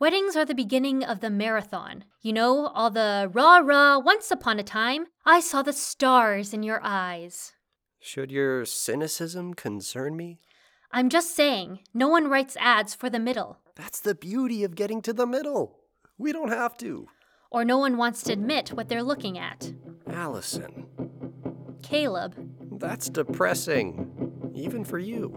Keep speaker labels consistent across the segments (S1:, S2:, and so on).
S1: Weddings are the beginning of the marathon. You know, all the rah rah, once upon a time, I saw the stars in your eyes.
S2: Should your cynicism concern me?
S1: I'm just saying, no one writes ads for the middle,
S2: That's the beauty of getting to the middle. We don't have to.
S1: or no one wants to admit what they're looking at.
S2: Allison,
S1: Caleb.
S2: that's depressing. Even for you.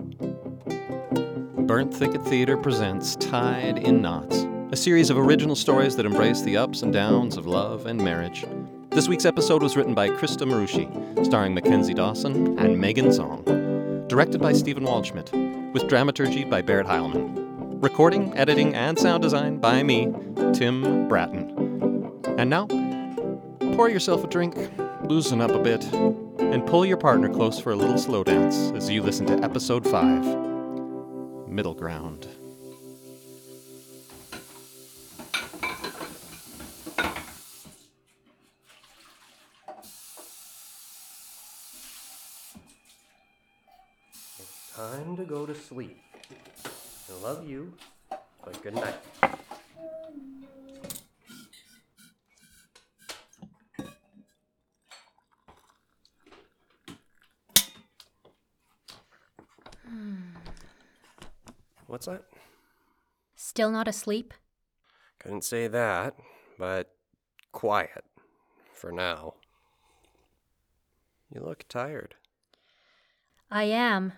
S3: Burnt Thicket Theater presents Tied in Knots, a series of original stories that embrace the ups and downs of love and marriage. This week's episode was written by Krista Marushi, starring Mackenzie Dawson and Megan Song. Directed by Stephen Waldschmidt, with dramaturgy by Barrett Heilman. Recording, editing, and sound design by me, Tim Bratton. And now, pour yourself a drink, loosen up a bit, and pull your partner close for a little slow dance as you listen to episode 5 middle ground.
S2: Time to go to sleep. I love you, but good night. What's that?
S1: Still not asleep?
S2: Couldn't say that, but quiet for now. You look tired.
S1: I am.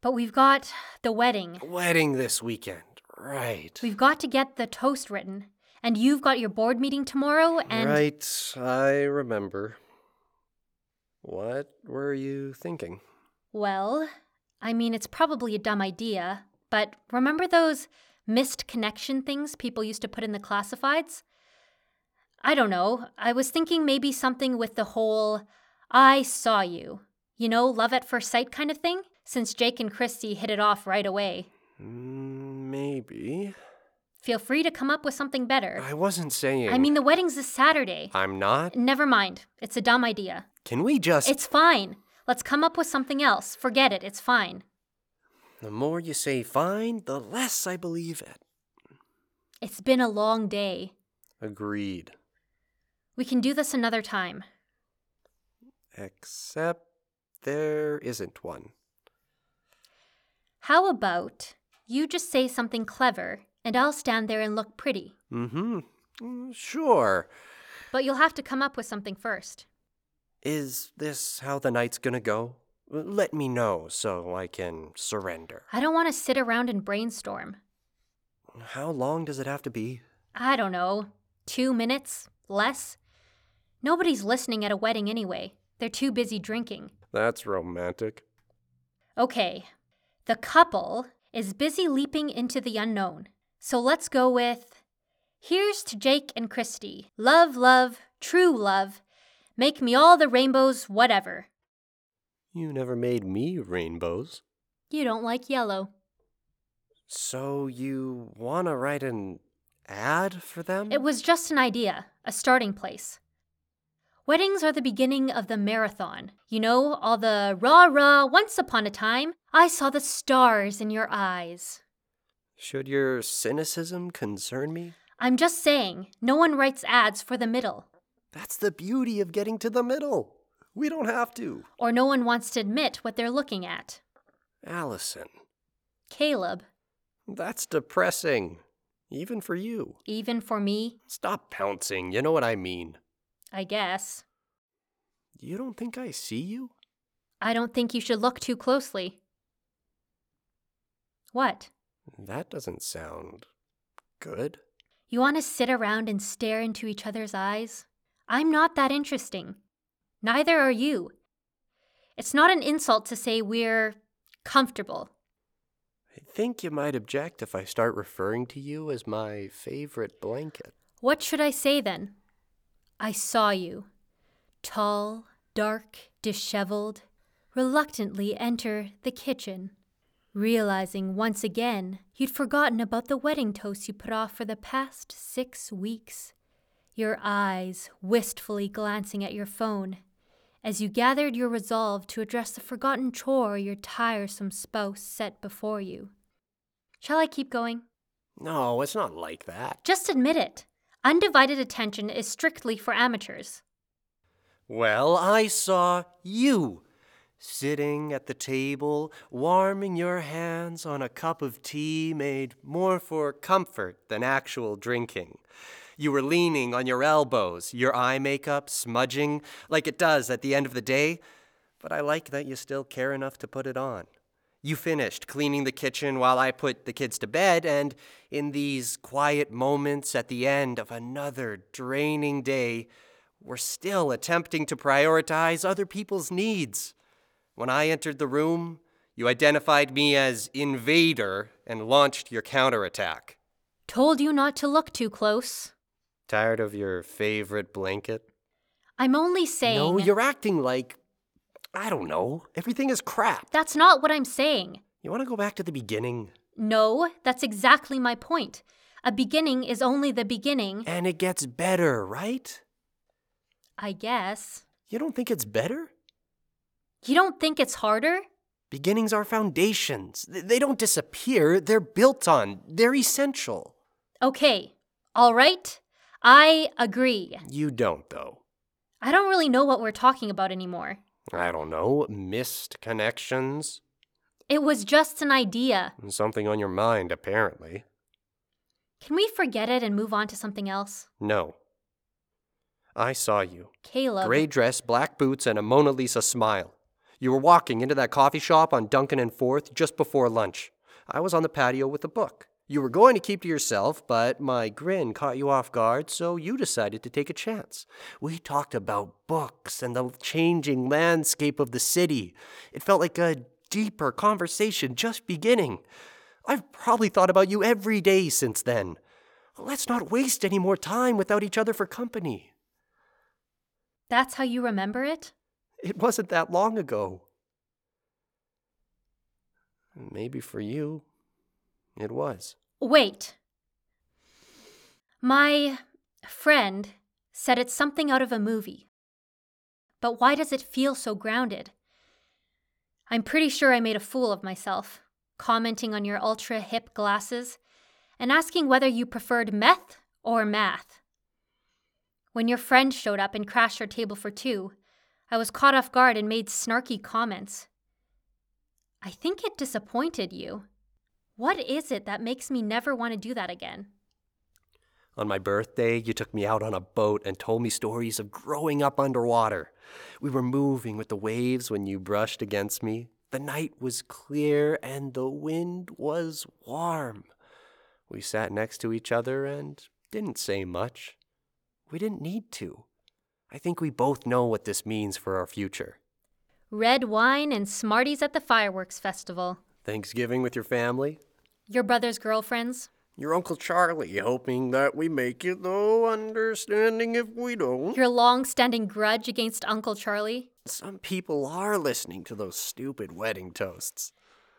S1: But we've got the wedding.
S2: Wedding this weekend, right?
S1: We've got to get the toast written. And you've got your board meeting tomorrow, and
S2: Right, I remember. What were you thinking?
S1: well, I mean, it's probably a dumb idea, but remember those missed connection things people used to put in the classifieds? I don't know. I was thinking maybe something with the whole I saw you, you know, love at first sight kind of thing, since Jake and Christy hit it off right away.
S2: Mm, Maybe.
S1: Feel free to come up with something better.
S2: I wasn't saying.
S1: I mean, the wedding's this Saturday.
S2: I'm not.
S1: Never mind. It's a dumb idea.
S2: Can we just.
S1: It's fine. Let's come up with something else. Forget it. It's fine.
S2: The more you say fine, the less I believe it.
S1: It's been a long day.
S2: Agreed.
S1: We can do this another time.
S2: Except there isn't one.
S1: How about you just say something clever and I'll stand there and look pretty?
S2: Mm hmm. Sure.
S1: But you'll have to come up with something first.
S2: Is this how the night's gonna go? Let me know so I can surrender.
S1: I don't want to sit around and brainstorm.
S2: How long does it have to be?
S1: I don't know. Two minutes? Less? Nobody's listening at a wedding anyway. They're too busy drinking.
S2: That's romantic.
S1: Okay. The couple is busy leaping into the unknown. So let's go with Here's to Jake and Christy. Love, love, true love. Make me all the rainbows, whatever.
S2: You never made me rainbows.
S1: You don't like yellow.
S2: So you wanna write an ad for them?
S1: It was just an idea, a starting place. Weddings are the beginning of the marathon. You know, all the rah rah, once upon a time, I saw the stars in your eyes.
S2: Should your cynicism concern me?
S1: I'm just saying, no one writes ads for the middle.
S2: That's the beauty of getting to the middle. We don't have to.
S1: or no one wants to admit what they're looking at.
S2: Allison,
S1: Caleb,
S2: that's depressing. Even for you.
S1: even for me,
S2: Stop pouncing, you know what I mean.
S1: I guess.
S2: You don't think I see you?
S1: I don't think you should look too closely. What?
S2: That doesn't sound good.
S1: You want to sit around and stare into each other's eyes? I'm not that interesting. Neither are you. It's not an insult to say we're comfortable.
S2: I think you might object if I start referring to you as my favorite blanket.
S1: What should I say then? I saw you. Tall, dark, disheveled, reluctantly enter the kitchen, realizing once again you'd forgotten about the wedding toast you put off for the past six weeks. Your eyes wistfully glancing at your phone as you gathered your resolve to address the forgotten chore your tiresome spouse set before you. Shall I keep going?
S2: No, it's not like that.
S1: Just admit it. Undivided attention is strictly for amateurs.
S2: Well, I saw you sitting at the table, warming your hands on a cup of tea made more for comfort than actual drinking. You were leaning on your elbows, your eye makeup smudging like it does at the end of the day, but I like that you still care enough to put it on. You finished cleaning the kitchen while I put the kids to bed, and in these quiet moments at the end of another draining day, we're still attempting to prioritize other people's needs. When I entered the room, you identified me as invader and launched your counterattack.
S1: Told you not to look too close.
S2: Tired of your favorite blanket?
S1: I'm only saying.
S2: No, you're acting like. I don't know. Everything is crap.
S1: That's not what I'm saying.
S2: You want to go back to the beginning?
S1: No, that's exactly my point. A beginning is only the beginning,
S2: And it gets better, right?
S1: I guess.
S2: You don't think it's better?
S1: You don't think it's harder?
S2: Beginnings are foundations. Th- They don't disappear, they're built on, they're essential.
S1: Okay, all right. I agree.
S2: You don't, though.
S1: I don't really know what we're talking about anymore.
S2: I don't know, missed connections?
S1: It was just an idea.
S2: Something on your mind, apparently.
S1: Can we forget it and move on to something else?
S2: No. I saw you.
S1: Caleb.
S2: Gray dress, black boots, and a Mona Lisa smile. You were walking into that coffee shop on Duncan and Fourth just before lunch. I was on the patio with a book. You were going to keep to yourself, but my grin caught you off guard, so you decided to take a chance. We talked about books and the changing landscape of the city. It felt like a deeper conversation just beginning. I've probably thought about you every day since then. Let's not waste any more time without each other for company.
S1: That's how you remember it?
S2: It wasn't that long ago. Maybe for you, it was.
S1: Wait. My friend said it's something out of a movie. But why does it feel so grounded? I'm pretty sure I made a fool of myself, commenting on your ultra hip glasses and asking whether you preferred meth or math. When your friend showed up and crashed your table for two, I was caught off guard and made snarky comments. I think it disappointed you. What is it that makes me never want to do that again?
S2: On my birthday, you took me out on a boat and told me stories of growing up underwater. We were moving with the waves when you brushed against me. The night was clear and the wind was warm. We sat next to each other and didn't say much. We didn't need to. I think we both know what this means for our future.
S1: Red wine and Smarties at the fireworks festival.
S2: Thanksgiving with your family?
S1: Your brother's girlfriends.
S2: Your Uncle Charlie hoping that we make it, though understanding if we don't.
S1: Your long standing grudge against Uncle Charlie.
S2: Some people are listening to those stupid wedding toasts.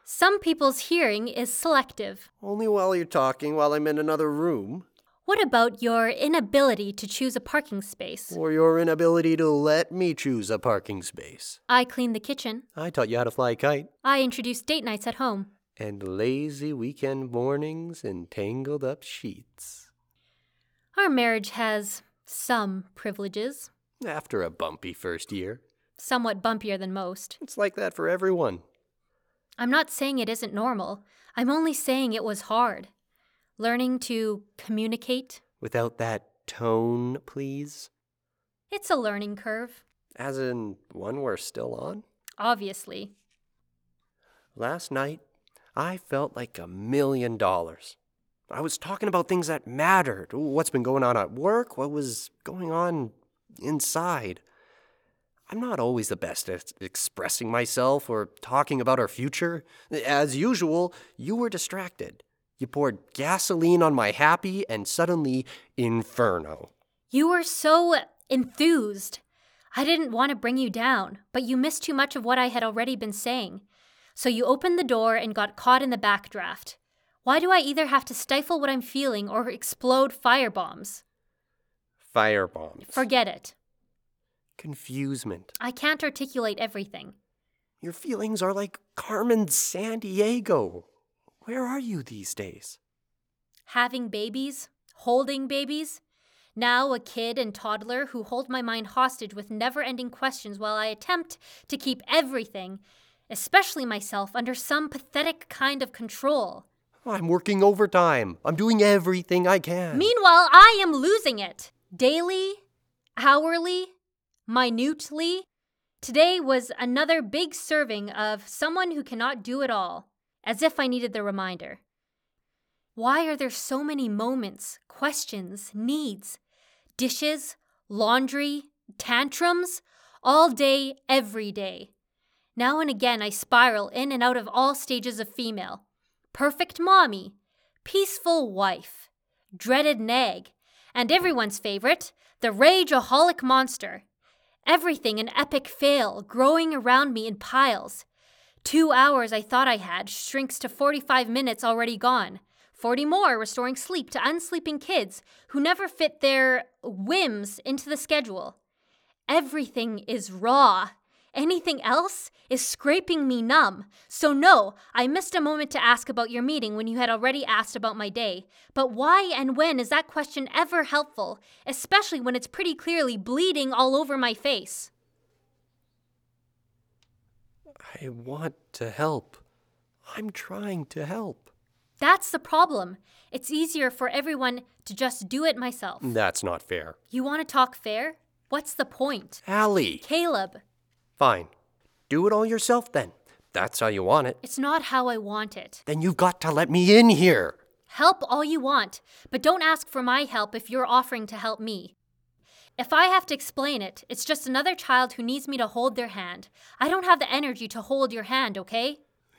S1: Some people's hearing is selective.
S2: Only while you're talking while I'm in another room,
S1: What about your inability to choose a parking space?
S2: or your inability to let me choose a parking space.
S1: I clean the kitchen.
S2: I taught you how to fly a kite,
S1: I introduce date nights at home.
S2: and lazy weekend mornings and tangled up sheets.
S1: Our marriage has some privileges,
S2: After a bumpy first year,
S1: somewhat bumpier than most.
S2: it's like that for everyone.
S1: I'm not saying it isn't normal. I'm only saying it was hard. Learning to communicate,
S2: Without that tone, please.
S1: it's a learning curve,
S2: As in, one we're still on?
S1: obviously.
S2: Last night, I felt like a million dollars. I was talking about things that mattered what's been going on at work, what was going on inside. I'm not always the best at expressing myself or talking about our future. As usual, you were distracted. You poured gasoline on my happy and suddenly inferno.
S1: You were so enthused. I didn't want to bring you down, but you missed too much of what I had already been saying. So you opened the door and got caught in the backdraft. Why do I either have to stifle what I'm feeling or explode firebombs?
S2: Firebombs.
S1: Forget it.
S2: Confusement.
S1: I can't articulate everything.
S2: Your feelings are like Carmen San Diego. Where are you these days?
S1: having babies, holding babies. Now, a kid and toddler who hold my mind hostage with never ending questions while I attempt to keep everything, especially myself, under some pathetic kind of control.
S2: I'm working overtime. I'm doing everything I can.
S1: Meanwhile, I am losing it. Daily, hourly, minutely. Today was another big serving of someone who cannot do it all, as if I needed the reminder. Why are there so many moments, questions, needs, dishes, laundry, tantrums, all day, every day? Now and again, I spiral in and out of all stages of female perfect mommy, peaceful wife, dreaded nag, and everyone's favorite, the rageaholic monster. Everything an epic fail growing around me in piles. Two hours I thought I had shrinks to 45 minutes already gone. 40 more restoring sleep to unsleeping kids who never fit their whims into the schedule. Everything is raw. Anything else is scraping me numb. So, no, I missed a moment to ask about your meeting when you had already asked about my day. But why and when is that question ever helpful, especially when it's pretty clearly bleeding all over my face?
S2: I want to help. I'm trying to help.
S1: That's the problem. It's easier for everyone to just do it myself.
S2: That's not fair.
S1: You want to talk fair? What's the point?
S2: Allie!
S1: Caleb,
S2: Fine. Do it all yourself then. That's how you want it.
S1: it's not how I want it.
S2: Then you've got to let me in here.
S1: Help all you want, but don't ask for my help if you're offering to help me. If I have to explain it, it's just another child who needs me to hold their hand. I don't have the energy to hold your hand, okay?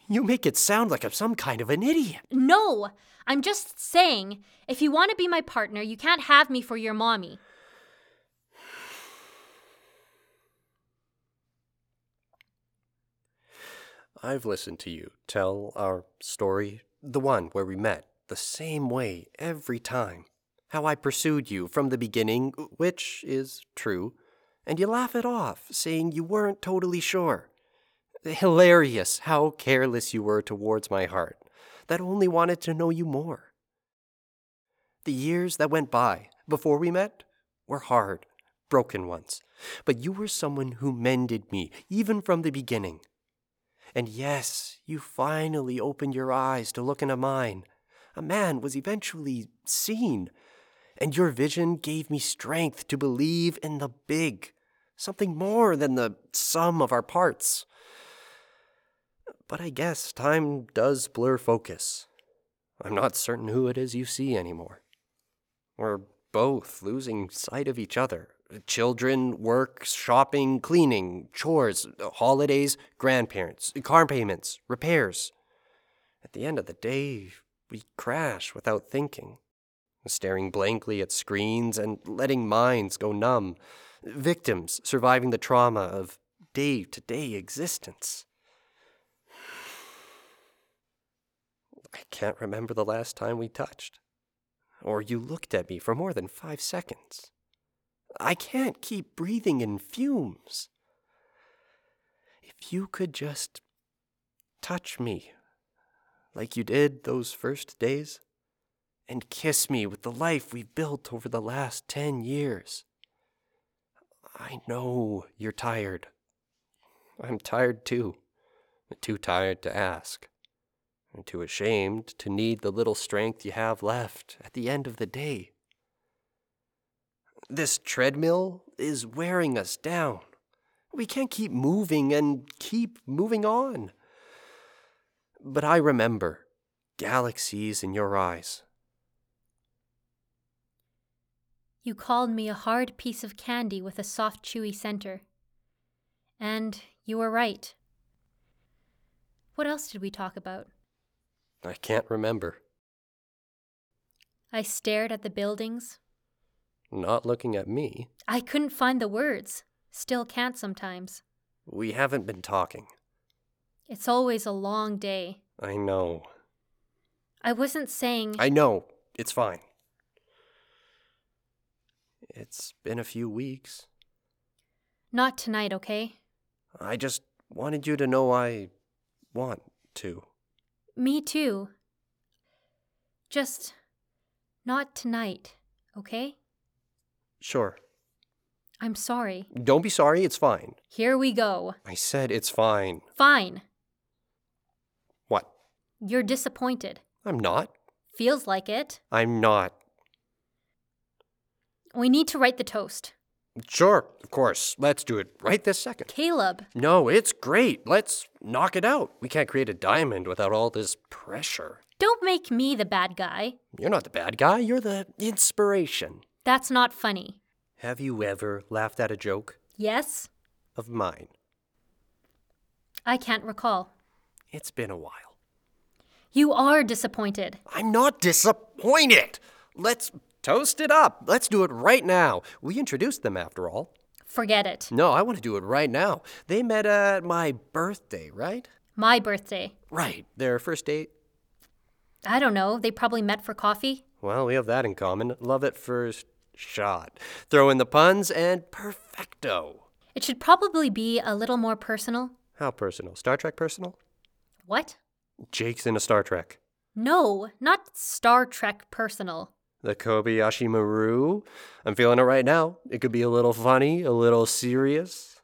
S2: You make it sound like I'm some kind of an idiot.
S1: No! I'm just saying, if you want to be my partner, you can't have me for your mommy.
S2: I've listened to you tell our story, the one where we met, the same way every time. How I pursued you from the beginning, which is true, and you laugh it off, saying you weren't totally sure. Hilarious how careless you were towards my heart, that only wanted to know you more. The years that went by before we met were hard, broken ones, but you were someone who mended me, even from the beginning. And yes, you finally opened your eyes to look into mine. A man was eventually seen, and your vision gave me strength to believe in the big, something more than the sum of our parts. But I guess time does blur focus. I'm not certain who it is you see anymore. We're both losing sight of each other. Children, work, shopping, cleaning, chores, holidays, grandparents, car payments, repairs. At the end of the day, we crash without thinking, staring blankly at screens and letting minds go numb, victims surviving the trauma of day to day existence. I can't remember the last time we touched or you looked at me for more than five seconds. I can't keep breathing in fumes. If you could just touch me like you did those first days, and kiss me with the life we've built over the last ten years. I know you're tired. I'm tired too. Too tired to ask and too ashamed to need the little strength you have left at the end of the day. This treadmill is wearing us down. We can't keep moving and keep moving on. But I remember galaxies in your eyes.
S1: You called me a hard piece of candy with a soft, chewy center. And you were right. What else did we talk about?
S2: I can't remember.
S1: I stared at the buildings.
S2: Not looking at me.
S1: I couldn't find the words. Still can't sometimes.
S2: We haven't been talking.
S1: It's always a long day.
S2: I know.
S1: I wasn't saying.
S2: I know. It's fine. It's been a few weeks.
S1: Not tonight, okay?
S2: I just wanted you to know I want to.
S1: Me too. Just Not tonight, okay?
S2: Sure.
S1: I'm sorry.
S2: Don't be sorry, it's fine.
S1: Here we go.
S2: I said it's fine.
S1: Fine.
S2: What?
S1: You're disappointed.
S2: I'm not.
S1: Feels like it.
S2: I'm not.
S1: We need to write the toast.
S2: Sure, of course. Let's do it right this second.
S1: Caleb,
S2: No, it's great. Let's knock it out. We can't create a diamond without all this pressure.
S1: don't make me the bad guy.
S2: You're not the bad guy, you're the inspiration.
S1: That's not funny.
S2: Have you ever laughed at a joke
S1: Yes?
S2: of mine?
S1: I can't recall.
S2: It's been a while.
S1: You are disappointed.
S2: I'm not disappointed. Let's toast it up. Let's do it right now. We introduced them after all.
S1: Forget it.
S2: No, I want to do it right now. They met at my birthday, right?
S1: My birthday.
S2: Right. Their first date.
S1: I don't know. They probably met for coffee.
S2: Well, we have that in common. Love at first shot. Throw in the puns and perfecto.
S1: It should probably be a little more personal.
S2: How personal? Star Trek personal?
S1: What?
S2: Jake's in a Star Trek.
S1: No, not Star Trek personal.
S2: The Kobayashi Maru. I'm feeling it right now. It could be a little funny, a little serious.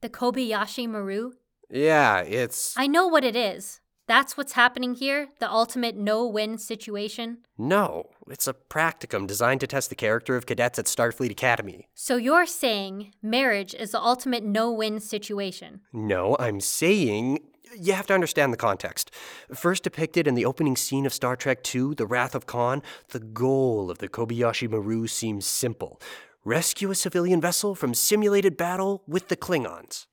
S1: The Kobayashi Maru?
S2: Yeah, it's.
S1: I know what it is. That's what's happening here the ultimate no win situation.
S2: No, it's a practicum designed to test the character of cadets at Starfleet Academy.
S1: So you're saying marriage is the ultimate no win situation.
S2: No, I'm saying you have to understand the context. First depicted in the opening scene of Star Trek II, The Wrath of Khan, the goal of the Kobayashi Maru seems simple rescue a civilian vessel from simulated battle with the Klingons.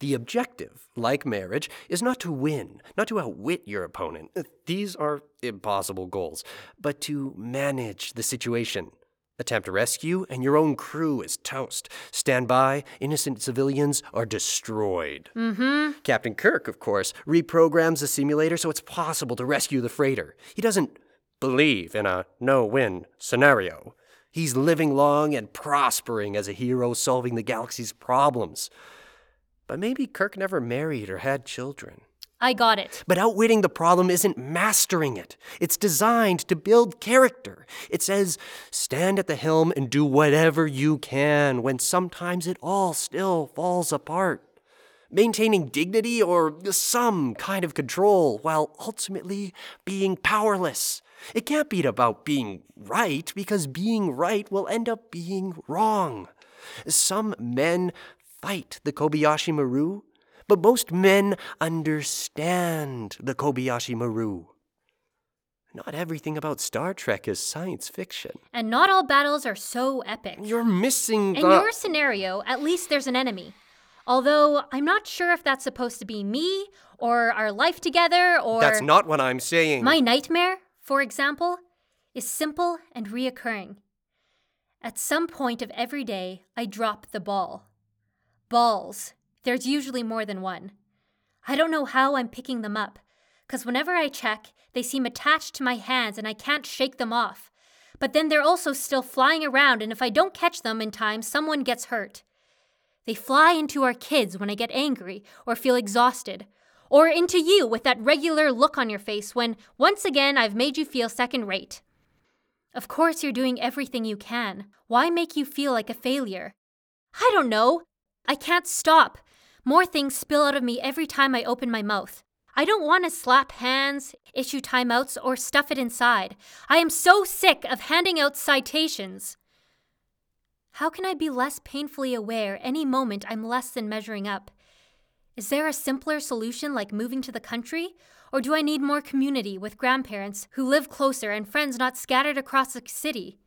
S2: The objective, like marriage, is not to win, not to outwit your opponent. Uh, These are impossible goals, but to manage the situation. Attempt rescue, and your own crew is toast. Stand by, innocent civilians are destroyed.
S1: Mm hmm.
S2: Captain Kirk, of course, reprograms the simulator so it's possible to rescue the freighter. He doesn't believe in a no win scenario. He's living long and prospering as a hero solving the galaxy's problems. But maybe Kirk never married or had children.
S1: I got it.
S2: But outwitting the problem isn't mastering it. It's designed to build character. It says, stand at the helm and do whatever you can when sometimes it all still falls apart. Maintaining dignity or some kind of control while ultimately being powerless. It can't be about being right because being right will end up being wrong. Some men fight the Kobayashi Maru but most men understand the Kobayashi Maru. Not everything about Star Trek is science fiction.
S1: And not all battles are so epic.
S2: You're missing
S1: In
S2: the.
S1: your scenario, at least there's an enemy. Although I'm not sure if that's supposed to be me or our life together or
S2: That's not what I'm saying.
S1: my nightmare, for example, is simple and reoccurring. At some point of every day, I drop the ball. Balls. There's usually more than one. I don't know how I'm picking them up, because whenever I check, they seem attached to my hands and I can't shake them off. But then they're also still flying around, and if I don't catch them in time, someone gets hurt. They fly into our kids when I get angry or feel exhausted, or into you with that regular look on your face when, once again, I've made you feel second rate. Of course, you're doing everything you can. Why make you feel like a failure? I don't know. I can't stop. More things spill out of me every time I open my mouth. I don't want to slap hands, issue timeouts, or stuff it inside. I am so sick of handing out citations. How can I be less painfully aware any moment I'm less than measuring up? Is there a simpler solution like moving to the country? Or do I need more community with grandparents who live closer and friends not scattered across the city?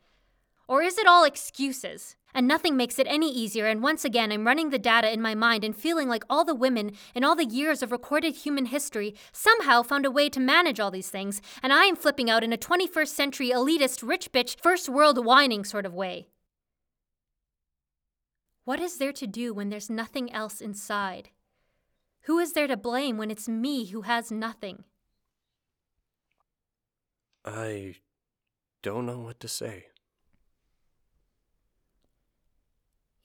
S1: Or is it all excuses? And nothing makes it any easier, and once again, I'm running the data in my mind and feeling like all the women in all the years of recorded human history somehow found a way to manage all these things, and I am flipping out in a 21st century elitist, rich bitch, first world whining sort of way. What is there to do when there's nothing else inside? Who is there to blame when it's me who has nothing?
S2: I don't know what to say.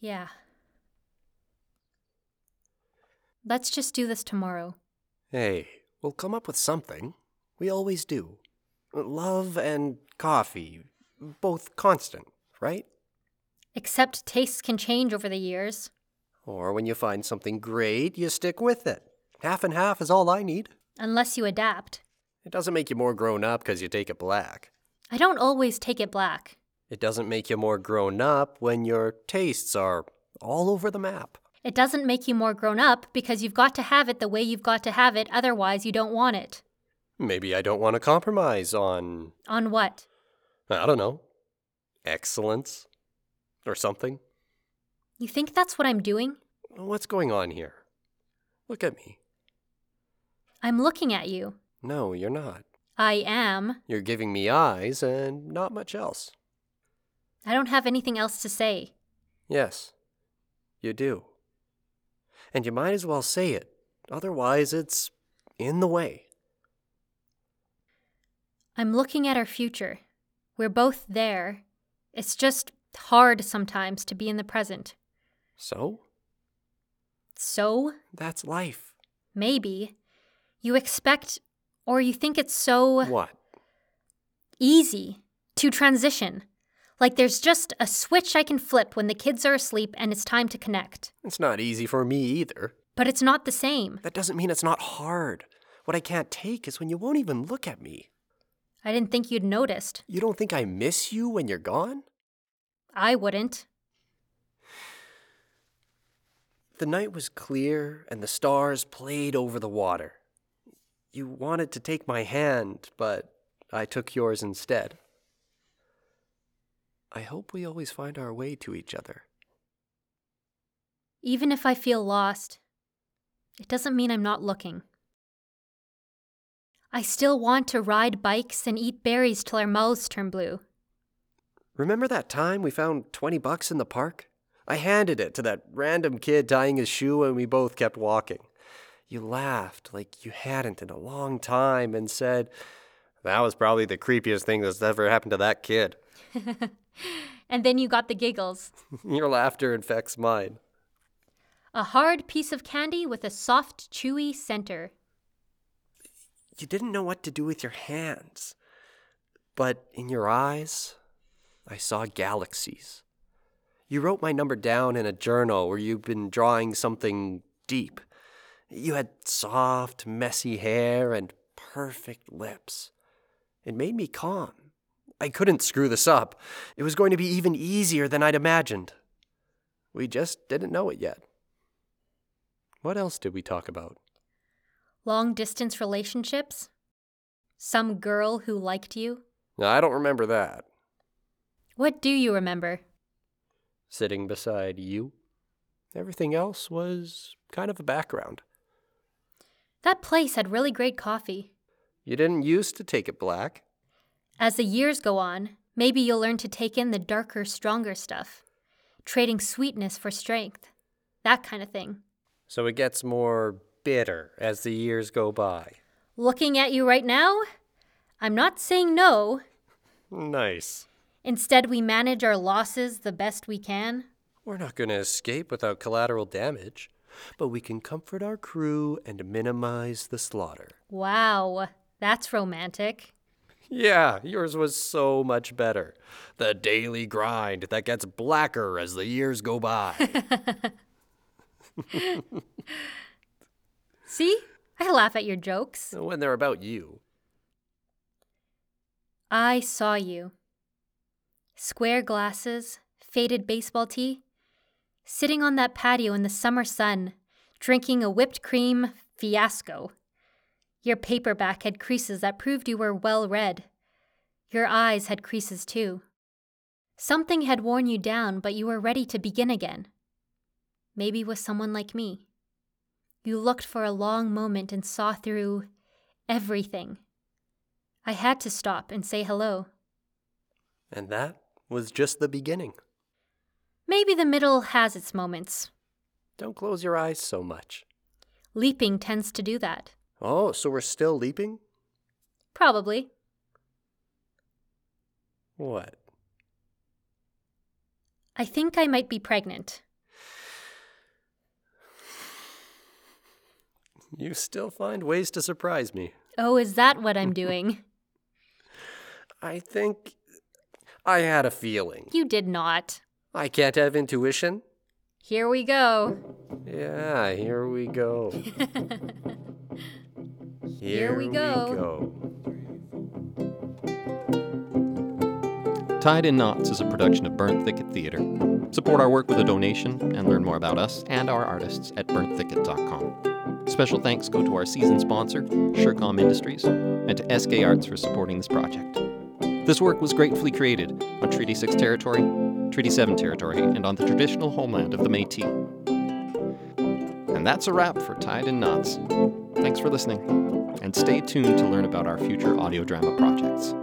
S1: Yeah. Let's just do this tomorrow.
S2: Hey, we'll come up with something. We always do. Love and coffee. both constant, right?
S1: Except tastes can change over the years.
S2: Or when you find something great, you stick with it. Half and half is all I need.
S1: Unless you adapt.
S2: It doesn't make you more grown up 'cause you take it black.
S1: I don't always take it black.
S2: It doesn't make you more grown up when your tastes are all over the map.
S1: It doesn't make you more grown up because you've got to have it the way you've got to have it, otherwise, you don't want it.
S2: Maybe I don't want to compromise on,
S1: On what?
S2: I don't know, excellence or something.
S1: You think that's what I'm doing?
S2: What's going on here? Look at me.
S1: I'm looking at you.
S2: No, you're not.
S1: I am.
S2: You're giving me eyes and not much else.
S1: I don't have anything else to say.
S2: Yes, you do. And you might as well say it, otherwise, it's in the way.
S1: I'm looking at our future. We're both there. It's just hard sometimes to be in the present.
S2: So,
S1: So,
S2: that's life.
S1: maybe, you expect or you think it's so
S2: What?
S1: easy to transition. Like there's just a switch I can flip when the kids are asleep and it's time to connect.
S2: It's not easy for me either.
S1: But it's not the same.
S2: That doesn't mean it's not hard. What I can't take is when you won't even look at me.
S1: I didn't think you'd noticed.
S2: You don't think I miss you when you're gone?
S1: I wouldn't.
S2: The night was clear and the stars played over the water. You wanted to take my hand, but I took yours instead. I hope we always find our way to each other.
S1: Even if I feel lost, it doesn't mean I'm not looking. I still want to ride bikes and eat berries till our mouths turn blue.
S2: Remember that time we found 20 bucks in the park? I handed it to that random kid tying his shoe and we both kept walking. You laughed like you hadn't in a long time and said, That was probably the creepiest thing that's ever happened to that kid.
S1: And then you got the giggles.
S2: Your laughter infects mine.
S1: A hard piece of candy with a soft, chewy center.
S2: You didn't know what to do with your hands. But in your eyes, I saw galaxies. You wrote my number down in a journal where you've been drawing something deep. You had soft, messy hair and perfect lips. It made me calm. I couldn't screw this up. It was going to be even easier than I'd imagined. We just didn't know it yet. What else did we talk about?
S1: Long distance relationships. Some girl who liked you.
S2: I don't remember that.
S1: What do you remember?
S2: sitting beside you. Everything else was kind of a background.
S1: That place had really great coffee.
S2: You didn't used to take it black.
S1: As the years go on, maybe you'll learn to take in the darker, stronger stuff, trading sweetness for strength, that kind of thing.
S2: So it gets more bitter as the years go by.
S1: Looking at you right now, I'm not saying no.
S2: Nice.
S1: Instead, we manage our losses the best we can.
S2: We're not going to escape without collateral damage, but we can comfort our crew and minimize the slaughter.
S1: Wow, that's romantic.
S2: Yeah, yours was so much better. The daily grind that gets blacker as the years go by.
S1: See? I laugh at your jokes.
S2: when they're about you.
S1: I saw you. Square glasses, faded baseball tee, sitting on that patio in the summer sun, drinking a whipped cream fiasco. Your paperback had creases that proved you were well read. Your eyes had creases too. Something had worn you down, but you were ready to begin again. Maybe with someone like me. You looked for a long moment and saw through everything. I had to stop and say hello.
S2: And that was just the beginning.
S1: Maybe the middle has its moments.
S2: Don't close your eyes so much.
S1: Leaping tends to do that.
S2: Oh, so we're still leaping?
S1: Probably.
S2: What?
S1: I think I might be pregnant.
S2: You still find ways to surprise me.
S1: Oh, is that what I'm doing?
S2: I think. I had a feeling.
S1: You did not.
S2: I can't have intuition.
S1: Here we go.
S2: Yeah, here we go.
S1: Here we go.
S3: Tied in Knots is a production of Burnt Thicket Theater. Support our work with a donation and learn more about us and our artists at burntthicket.com. Special thanks go to our season sponsor, Surecom Industries, and to SK Arts for supporting this project. This work was gratefully created on Treaty 6 territory, Treaty 7 territory, and on the traditional homeland of the Metis. And that's a wrap for Tied in Knots. Thanks for listening, and stay tuned to learn about our future audio drama projects.